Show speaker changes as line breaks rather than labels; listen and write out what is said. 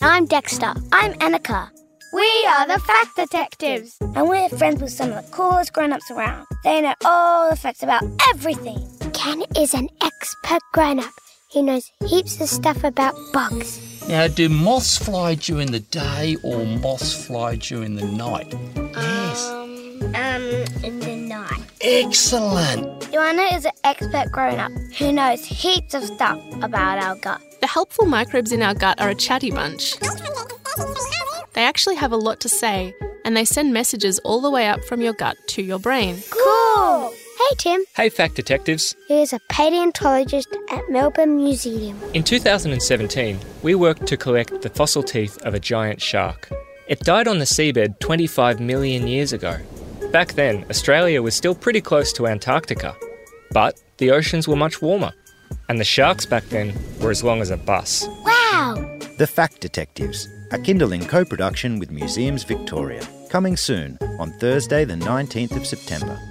I'm Dexter. I'm Annika.
We are the Fact Detectives.
And we're friends with some of the coolest grown ups around. They know all the facts about everything. Ken is an expert grown up. He knows heaps of stuff about bugs.
Now, do moths fly during the day or moths fly during the night? Yes.
Um, in the night.
Excellent.
Joanna is an expert grown up who knows heaps of stuff about our gut.
The helpful microbes in our gut are a chatty bunch. They actually have a lot to say, and they send messages all the way up from your gut to your brain.
Cool! Hey, Tim.
Hey, fact detectives.
He is a paleontologist at Melbourne Museum.
In 2017, we worked to collect the fossil teeth of a giant shark. It died on the seabed 25 million years ago. Back then, Australia was still pretty close to Antarctica, but the oceans were much warmer, and the sharks back then were as long as a bus.
Wow!
The Fact Detectives, a Kindling co production with Museums Victoria, coming soon on Thursday, the 19th of September.